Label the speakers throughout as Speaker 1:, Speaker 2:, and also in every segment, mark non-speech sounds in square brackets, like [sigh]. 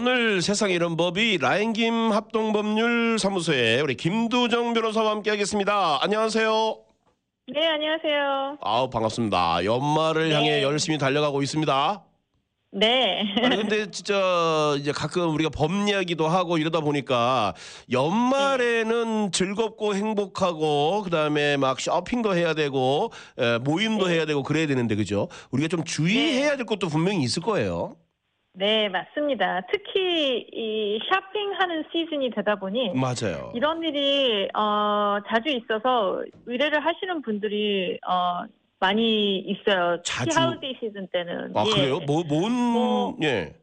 Speaker 1: 오늘 세상 이런 법이 라인김 합동법률 사무소에 우리 김두정 변호사와 함께하겠습니다. 안녕하세요.
Speaker 2: 네, 안녕하세요.
Speaker 1: 아우 반갑습니다. 연말을
Speaker 2: 네.
Speaker 1: 향해 열심히 달려가고 있습니다. [laughs]
Speaker 2: 네.
Speaker 1: 아니
Speaker 2: [laughs]
Speaker 1: 근데 진짜 이제 가끔 우리가 법 이야기도 하고 이러다 보니까
Speaker 2: 네.
Speaker 1: 연말에는 즐겁고 행복하고 그다음에 막 쇼핑도 해야 되고 에,
Speaker 2: 네.
Speaker 1: 모임도 해야 되고 그래야 되는데 그죠? 우리가 좀 주의해야 될 것도 분명히 있을 거예요.
Speaker 2: 네, 맞습니다. 특히 이 쇼핑하는 시즌이 되다 보니
Speaker 1: 음. 맞아요.
Speaker 2: 네. 이런 일이 어, 자주 있어서 의뢰를 하시는 분들이 어, 많이 있어요. 특히
Speaker 1: 자주?
Speaker 2: 하우디 시즌 때는.
Speaker 1: 아
Speaker 2: 예.
Speaker 1: 그래요? 뭐뭔
Speaker 2: 뭐-
Speaker 1: 예.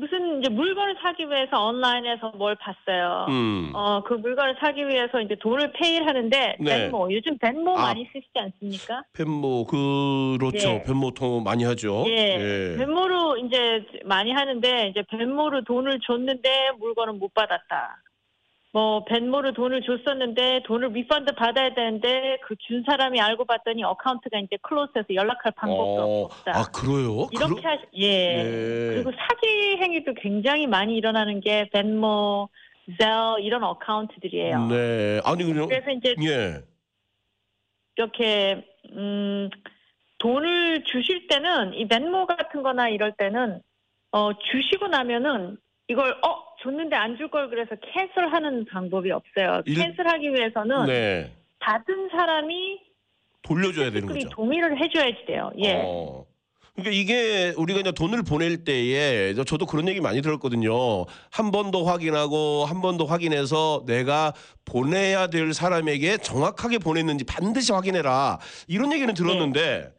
Speaker 2: 무슨 이제 물건을 사기 위해서 온라인에서 뭘 봤어요.
Speaker 1: 음.
Speaker 2: 어, 그 물건을 사기 위해서 이제 돈을 페이를 하는데
Speaker 1: 네.
Speaker 2: 벤모 요즘 벤모
Speaker 1: 아.
Speaker 2: 많이 쓰시지 않습니까?
Speaker 1: 펜모 그렇죠.
Speaker 2: 예.
Speaker 1: 펜모 통화 많이 하죠.
Speaker 2: 예. 벤모로 이제 많이 하는데 이제 벤모로 돈을 줬는데 물건은 못 받았다. 뭐 벤모로 돈을 줬었는데 돈을 리펀드 받아야 되는데 그 준 사람이 알고 봤더니 어카운트가 이제 클로즈해서 연락할 방법도
Speaker 1: 어,
Speaker 2: 없다.
Speaker 1: 아 그래요?
Speaker 2: 이렇게
Speaker 1: 그러-
Speaker 2: 하시, 예.
Speaker 1: 예.
Speaker 2: 그리고 사기 행위도 굉장히 많이 일어나는 게 벤모, 젤 이런 어카운트들이에요.
Speaker 1: 네. 아니 그냥
Speaker 2: 그래서 이제
Speaker 1: 예.
Speaker 2: 이렇게 음 돈을 주실 때는 이 맨모 같은 거나 이럴 때는 어 주시고 나면은 이걸 어 줬는데 안 줄 걸 그래서 캔슬하는 방법이 없어요.
Speaker 1: 일-
Speaker 2: 캔슬하기 위해서는
Speaker 1: 네.
Speaker 2: 받은 사람이
Speaker 1: 돌려줘야 되는
Speaker 2: 특히
Speaker 1: 거죠.
Speaker 2: 동의를 해줘야지 돼요. 예.
Speaker 1: 어. 그러니까 이게 우리가 이제 돈을 보낼 때에 저- 저도 그런 얘기 많이 들었거든요. 한 번 더 확인하고 한 번 더 확인해서 내가 보내야 될 사람에게 정확하게 보냈는지 반드시 확인해라. 이런
Speaker 2: 네.
Speaker 1: 얘기는 들었는데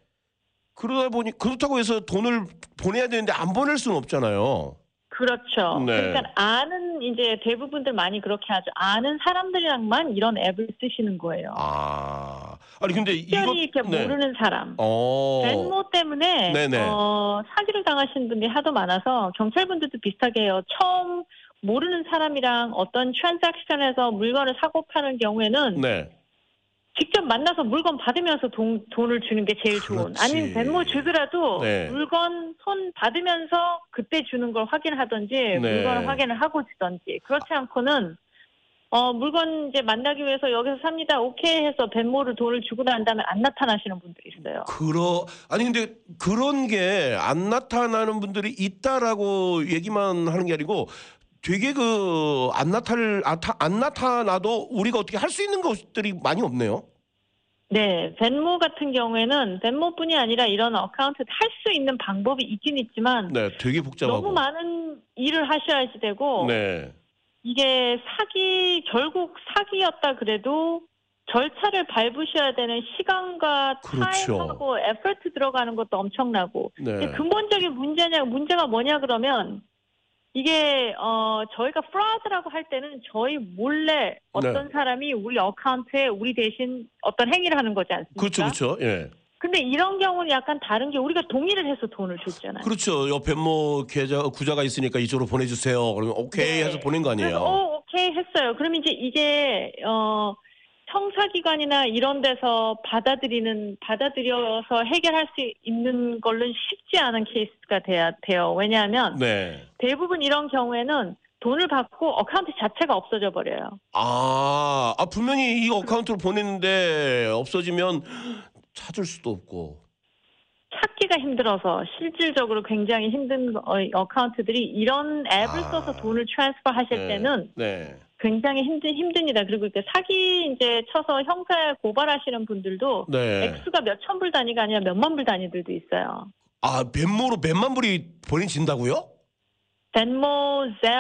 Speaker 1: 그러다 보니 그렇다고 해서 돈을 보내야 되는데 안 보낼 수는 없잖아요.
Speaker 2: 그렇죠.
Speaker 1: 네.
Speaker 2: 그러니까 아는 이제 대부분들 많이 그렇게 하죠. 아는 사람들이랑만 이런 앱을 쓰시는 거예요.
Speaker 1: 아. 네. 아니 근데 이거
Speaker 2: 특별히 이렇게 모르는 사람.
Speaker 1: 어.
Speaker 2: 벤모 때문에
Speaker 1: 네네.
Speaker 2: 어, 사기를 당하신 분들이 하도 많아서 경찰분들도 비슷하게 해요. 처음 모르는 사람이랑 어떤 트랜잭션에서 물건을 사고 파는 경우에는
Speaker 1: 네.
Speaker 2: 직접 만나서 물건 받으면서 돈, 돈을 주는 게 제일 좋은.
Speaker 1: 그렇지.
Speaker 2: 아니면 벤모 주더라도
Speaker 1: 네.
Speaker 2: 물건 손 받으면서 그때 주는 걸 확인하든지
Speaker 1: 네.
Speaker 2: 물건을 확인을 하고 주든지 그렇지 않고는 어, 물건 이제 만나기 위해서 여기서 삽니다. 오케이 해서 벤모를 돈을 주고 난 다음에 안 나타나시는 분들이 있어요.
Speaker 1: 그러 아니 근데 그런 게 안 나타나는 분들이 있다라고 얘기만 하는 게 아니고 되게 그 안 나타를 아타- 안 나타나도 우리가 어떻게 할 수 있는 것들이 많이 없네요.
Speaker 2: 네, 벤모 같은 경우에는 벤모뿐이 아니라 이런 어카운트 할 수 있는 방법이 있긴 있지만
Speaker 1: 네, 되게 복잡하고.
Speaker 2: 너무 많은 일을 하셔야지 되고
Speaker 1: 네.
Speaker 2: 이게 사기 결국 사기였다 그래도 절차를 밟으셔야 되는 시간과
Speaker 1: 그렇죠.
Speaker 2: 타임하고 에퍼트 들어가는 것도 엄청나고
Speaker 1: 네.
Speaker 2: 근데 근본적인 문제냐 문제가 뭐냐 그러면 이게 어 저희가 프라드라고 할 때는 저희
Speaker 1: 네.
Speaker 2: 몰래 어떤 사람이 우리 어카운트에 우리 대신 어떤 행위를 하는 거지 않습니까?
Speaker 1: 그렇죠, 그렇죠. 예.
Speaker 2: 근데 이런 경우는 약간 다른 게 우리가 동의를 해서 돈을 줬잖아요.
Speaker 1: 그렇죠. 옆에 뭐 계좌 구자가 있으니까 이쪽으로 보내 주세요. 그러면 오케이
Speaker 2: 네.
Speaker 1: 해서 보낸 거 아니에요.
Speaker 2: 그래서 어 오케이 했어요. 그러면 이제 이게 어 청사기관이나 이런 데서 받아들이는 받아들여서 해결할 수 있는 걸로는 쉽지 않은 케이스가 돼야 돼요. 왜냐하면
Speaker 1: 네.
Speaker 2: 대부분 이런 경우에는 돈을 받고 어카운트 자체가 없어져 버려요.
Speaker 1: 아, 아 분명히 이 어카운트로 보냈는데 없어지면 찾을 수도 없고.
Speaker 2: 찾기가 힘들어서 실질적으로 굉장히 힘든 어- 어카운트들이 이런 앱을
Speaker 1: 아.
Speaker 2: 써서 돈을 트랜스퍼 하실
Speaker 1: 네.
Speaker 2: 때는
Speaker 1: 네.
Speaker 2: 굉장히 힘든 힘듭니다. 그리고 이렇게 사기 이제 쳐서 형사에 고발하시는 분들도
Speaker 1: 네.
Speaker 2: 액수가 몇 천 불 단위가 아니라 몇만 불 단위들도 있어요.
Speaker 1: 아, 뱀모로 몇만 불이 보내진다고요?
Speaker 2: 벤모, 젤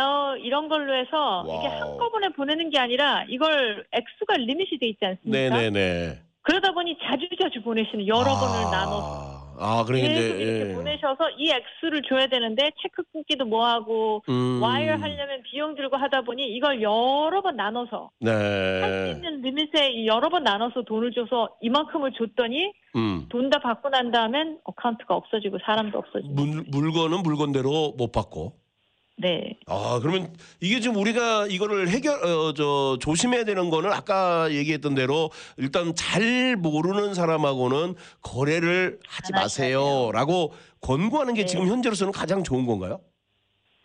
Speaker 2: 이런 걸로 해서 이게
Speaker 1: 와우.
Speaker 2: 한꺼번에 보내는 게 아니라 이걸 액수가 리밋이 돼 있지 않습니까?
Speaker 1: 네네네.
Speaker 2: 그러다 보니 자주자주 보내시는 여러 번을 나눠서
Speaker 1: 아, 그러니까
Speaker 2: 계속
Speaker 1: 이제.
Speaker 2: 이렇게
Speaker 1: 예.
Speaker 2: 보내셔서 이 액수를 줘야 되는데 체크 끊기도 뭐하고
Speaker 1: 음,
Speaker 2: 와이어 하려면 비용 들고 하다 보니 이걸 여러 번 나눠서 할 수
Speaker 1: 네.
Speaker 2: 있는 리밋에 이 여러 번 나눠서 돈을 줘서 이만큼을 줬더니
Speaker 1: 음.
Speaker 2: 돈 다 받고 난 다음엔 어카운트가 없어지고 사람도 없어지고
Speaker 1: 물, 물건은 물건대로 못 받고.
Speaker 2: 네
Speaker 1: 아, 그러면 이게 지금 우리가 이거를 해결, 어, 저, 조심해야 되는 거는 아까 얘기했던 대로 일단 잘 모르는 사람하고는 거래를 하지
Speaker 2: 안 하셔야 돼요.
Speaker 1: 마세요. 라고 권고하는 게
Speaker 2: 네.
Speaker 1: 지금 현재로서는 가장 좋은 건가요?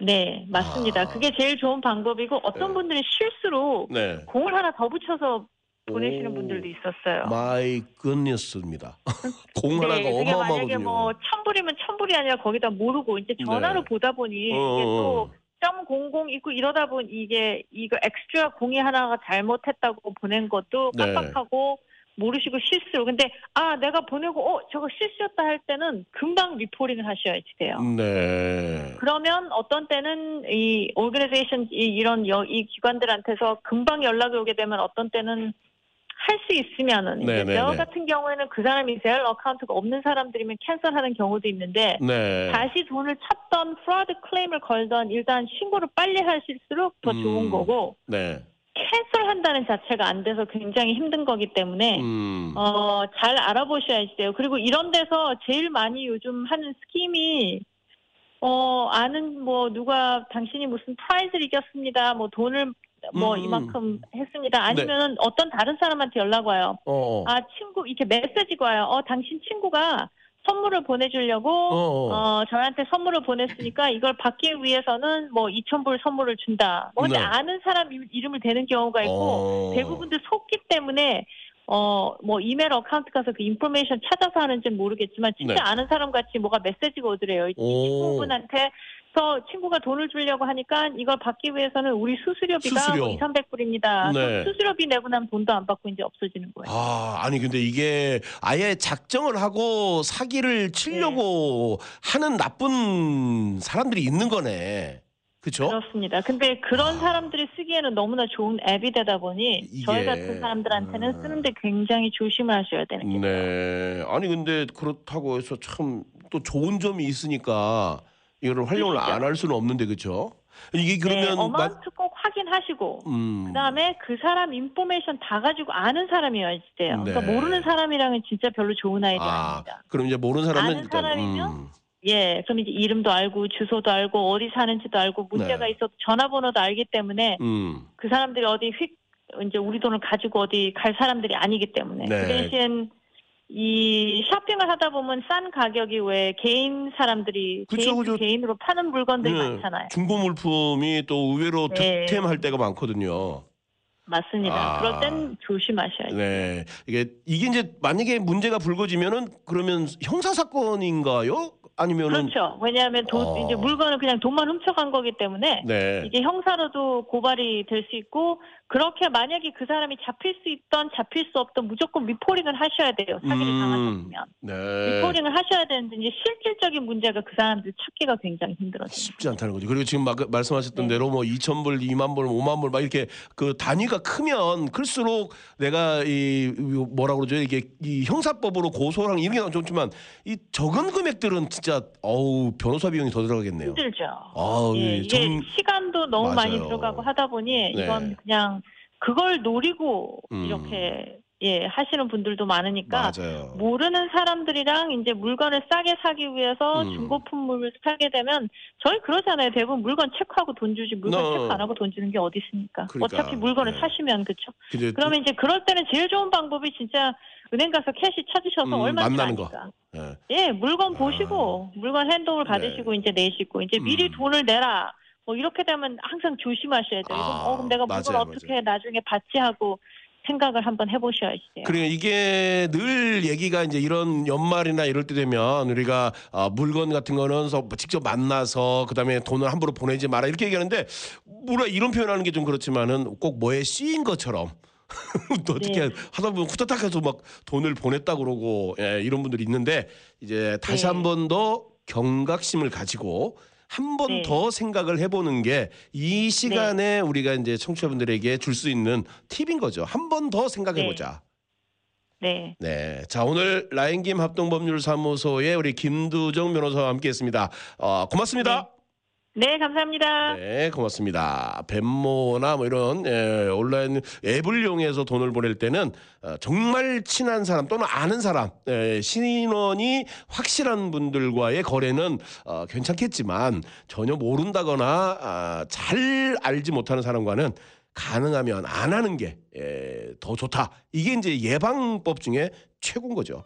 Speaker 2: 네, 맞습니다.
Speaker 1: 아.
Speaker 2: 그게 제일 좋은 방법이고 어떤
Speaker 1: 네.
Speaker 2: 분들은 실수로
Speaker 1: 네.
Speaker 2: 공을 하나 더 붙여서 보내시는
Speaker 1: 오,
Speaker 2: 분들도 있었어요.
Speaker 1: 마이 끝냈습니다. [laughs] 공
Speaker 2: 네,
Speaker 1: 하나가
Speaker 2: 그게 만약에
Speaker 1: 어마어마하거든요.
Speaker 2: 뭐 천불이면 천불이 아니라 거기다 모르고 이제 전화로
Speaker 1: 네.
Speaker 2: 보다 보니 이게
Speaker 1: 어,
Speaker 2: 또 .00 있고 이러다 보니 이게 이거 엑스트라 공이 하나가 잘못했다고 보낸 것도
Speaker 1: 네.
Speaker 2: 깜빡하고 모르시고 실수로 근데 아 내가 보내고 어 저거 실수였다 할 때는 금방 리포링을 하셔야지 돼요.
Speaker 1: 음. 네.
Speaker 2: 그러면 어떤 때는 이 오르가니제이션 이런 여, 이 기관들한테서 금방 연락이 오게 되면 어떤 때는 할 수 있으면은 이제
Speaker 1: 네네네.
Speaker 2: 저 같은 경우에는 그 사람이 제 어카운트가 없는 사람들이면 캔슬하는 경우도 있는데
Speaker 1: 네.
Speaker 2: 다시 돈을 찾던 프라드 클레임을 걸던 일단 신고를 빨리 하실수록 더
Speaker 1: 음.
Speaker 2: 좋은 거고
Speaker 1: 네.
Speaker 2: 캔슬한다는 자체가 안 돼서 굉장히 힘든 거기 때문에
Speaker 1: 음.
Speaker 2: 어, 잘 알아보셔야지 돼요. 그리고 이런 데서 제일 많이 요즘 하는 스킴이, 어, 아는, 뭐, 누가, 당신이 무슨 프라이즈를 이겼습니다. 뭐, 돈을, 뭐,
Speaker 1: 음. 네.
Speaker 2: 이만큼 했습니다. 아니면 은 어떤 다른 사람한테 연락 와요.
Speaker 1: 어. 어.
Speaker 2: 아, 친구, 이렇게 메시지가 와요. 어, 당신 친구가 선물을 보내주려고,
Speaker 1: 어. 어.
Speaker 2: 어, 저한테 선물을 보냈으니까 이걸 받기 위해서는 뭐, 2,000불 선물을 준다. 뭐, 근데
Speaker 1: 네.
Speaker 2: 아는 사람 이름- 이름을 대는 경우가 있고,
Speaker 1: 어.
Speaker 2: 대부분들 속기 때문에 어 뭐 이메일 어카운트 가서 그 인포메이션 찾아서 하는지는 모르겠지만 진짜
Speaker 1: 네.
Speaker 2: 아는 사람 같이 뭐가 메시지가 오더래요. 이
Speaker 1: 오.
Speaker 2: 친구분한테 서 친구가 돈을 주려고 하니까 이걸 받기 위해서는 우리 수수료비가
Speaker 1: 수수료.
Speaker 2: 뭐 2, 300불입니다.
Speaker 1: 네.
Speaker 2: 수수료비 내고 나면 돈도 안 받고 이제 없어지는 거예요.
Speaker 1: 아, 아니 근데 이게 아예 작정을 하고 사기를 치려고
Speaker 2: 네.
Speaker 1: 하는 나쁜 사람들이 있는 거네. 그렇죠?
Speaker 2: 그렇습니다. 근데 그런
Speaker 1: 아.
Speaker 2: 사람들이 쓰기에는 너무나 좋은 앱이 되다 보니
Speaker 1: 이게-
Speaker 2: 저희 같은 사람들한테는
Speaker 1: 음.
Speaker 2: 쓰는데 굉장히 조심을 하셔야 되는 게
Speaker 1: 네. 아니 근데 그렇다고 해서 참 또 좋은 점이 있으니까 이거를 활용을 안 할 수는 없는데 그렇죠? 이게
Speaker 2: 네,
Speaker 1: 그러면 마-
Speaker 2: 어마운트 꼭 확인하시고
Speaker 1: 음.
Speaker 2: 그다음에 그 사람 인포메이션 다 가지고 아는 사람이어야지 돼요.
Speaker 1: 네.
Speaker 2: 그러니까 모르는 사람이랑은 진짜 별로 좋은 아이디어
Speaker 1: 아,
Speaker 2: 아닙니다.
Speaker 1: 그럼 이제 모르는 사람은
Speaker 2: 아는
Speaker 1: 일단
Speaker 2: 사람이면
Speaker 1: 음.
Speaker 2: 예, 그럼 이제 이름도 알고 주소도 알고 어디 사는지도 알고 문제가
Speaker 1: 네.
Speaker 2: 있어도 전화번호도 알기 때문에
Speaker 1: 음.
Speaker 2: 그 사람들이 어디 휙 이제 우리 돈을 가지고 어디 갈 사람들이 아니기 때문에
Speaker 1: 네.
Speaker 2: 그 대신 이 쇼핑을 하다 보면 싼 가격이 왜 개인 사람들이
Speaker 1: 그쵸,
Speaker 2: 개인
Speaker 1: 그쵸.
Speaker 2: 개인으로 파는 물건들이
Speaker 1: 네.
Speaker 2: 많잖아요.
Speaker 1: 중고 물품이 또 의외로
Speaker 2: 네.
Speaker 1: 득템할 때가 많거든요.
Speaker 2: 맞습니다.
Speaker 1: 아.
Speaker 2: 그럴 땐 조심하셔야죠.
Speaker 1: 네. 이게 이게 이제 만약에 문제가 불거지면은 그러면 형사 사건인가요? 아니면은
Speaker 2: 그렇죠. 왜냐하면 돈,
Speaker 1: 어.
Speaker 2: 이제 물건을 그냥 돈만 훔쳐간 거기 때문에
Speaker 1: 네.
Speaker 2: 이게 형사로도 고발이 될 수 있고 그렇게 만약에 그 사람이 잡힐 수 있던 잡힐 수 없던 무조건 리포링을 하셔야 돼요. 사기를
Speaker 1: 음.
Speaker 2: 당하셨으면
Speaker 1: 네.
Speaker 2: 리포링을 하셔야 되는데 이제 실질적인 문제가 그 사람들 찾기가 굉장히 힘들어져요.
Speaker 1: 쉽지 않다는 거죠. 그리고 지금 막 말씀하셨던
Speaker 2: 네.
Speaker 1: 대로 뭐 2천 불, 2만 불, 5만 불 막 이렇게 그 단위가 크면 클수록 내가 이 뭐라 그러죠? 이게 이 형사법으로 고소랑 이런 게 나오면 좋지만 이 적은 금액들은 진짜 어우 변호사 비용이 더 들어가겠네요.
Speaker 2: 힘들죠.
Speaker 1: 아우
Speaker 2: 예,
Speaker 1: 예,
Speaker 2: 이게
Speaker 1: 정-
Speaker 2: 시간도 너무 많이
Speaker 1: 맞아요.
Speaker 2: 들어가고 하다 보니
Speaker 1: 네.
Speaker 2: 이건 그냥 그걸 노리고
Speaker 1: 음.
Speaker 2: 이렇게 예 하시는 분들도 많으니까 뭐
Speaker 1: 맞아요.
Speaker 2: 모르는 사람들이랑 이제 물건을 싸게 사기 위해서
Speaker 1: 음.
Speaker 2: 중고품을 사게 되면 저희 그러잖아요. 대부분 물건 체크하고 돈 주지 물건
Speaker 1: 어.
Speaker 2: 체크 안 하고 돈 주는 게 어디 있습니까?
Speaker 1: 그러니까,
Speaker 2: 어차피 물건을
Speaker 1: 네.
Speaker 2: 사시면 그렇죠.
Speaker 1: 근데
Speaker 2: 그러면 이제 그럴 때는 제일 좋은 방법이 진짜 은행 가서 캐시 찾으셔서
Speaker 1: 음,
Speaker 2: 얼마
Speaker 1: 만나는
Speaker 2: 니까
Speaker 1: 예.
Speaker 2: 예, 물건
Speaker 1: 아.
Speaker 2: 보시고 물건 핸드업을
Speaker 1: 네.
Speaker 2: 받으시고 이제 내시고 이제 미리
Speaker 1: 음.
Speaker 2: 돈을 내라. 뭐 이렇게 되면 항상 조심하셔야 돼요. 이건
Speaker 1: 아,
Speaker 2: 어, 그럼 내가 물건
Speaker 1: 맞아요,
Speaker 2: 어떻게 나중에 받지 하고 생각을 한번 해보셔야 돼요.
Speaker 1: 그러니까 이게 늘 얘기가 이제 이런 연말이나 이럴 때 되면 우리가 아, 물건 같은 거는 서- 직접 만나서 그다음에 돈을 함부로 보내지 마라 이렇게 얘기하는데 뭐라 이런 표현하는 게 좀 그렇지만은 꼭 뭐에 씌인 것처럼 [laughs] 또 어떻게
Speaker 2: 네.
Speaker 1: 하다 보면 후다닥해서 막 돈을 보냈다 그러고 예, 이런 분들이 있는데 이제 다시
Speaker 2: 네.
Speaker 1: 한 번 더 경각심을 가지고 한 번
Speaker 2: 네.
Speaker 1: 더 생각을 해보는 게 이 시간에 우리가 이제 청취자분들에게 줄 수 있는 팁인 거죠. 한 번 더 생각해보자.
Speaker 2: 네.
Speaker 1: 네. 자, 오늘 라인김 합동법률사무소의 우리 김두정 변호사와 함께 했습니다. 어, 고맙습니다.
Speaker 2: 네, 감사합니다.
Speaker 1: 네, 고맙습니다. 벤모나 뭐 이런 예, 온라인 앱을 이용해서 돈을 보낼 때는 어, 정말 친한 사람 또는 아는 사람, 예, 신원이 확실한 분들과의 거래는 어, 괜찮겠지만 전혀 모른다거나 아, 잘 알지 못하는 사람과는 예, 가능하면 안 하는 게 더 좋다. 이게 이제 예방법 중에 최고인 거죠.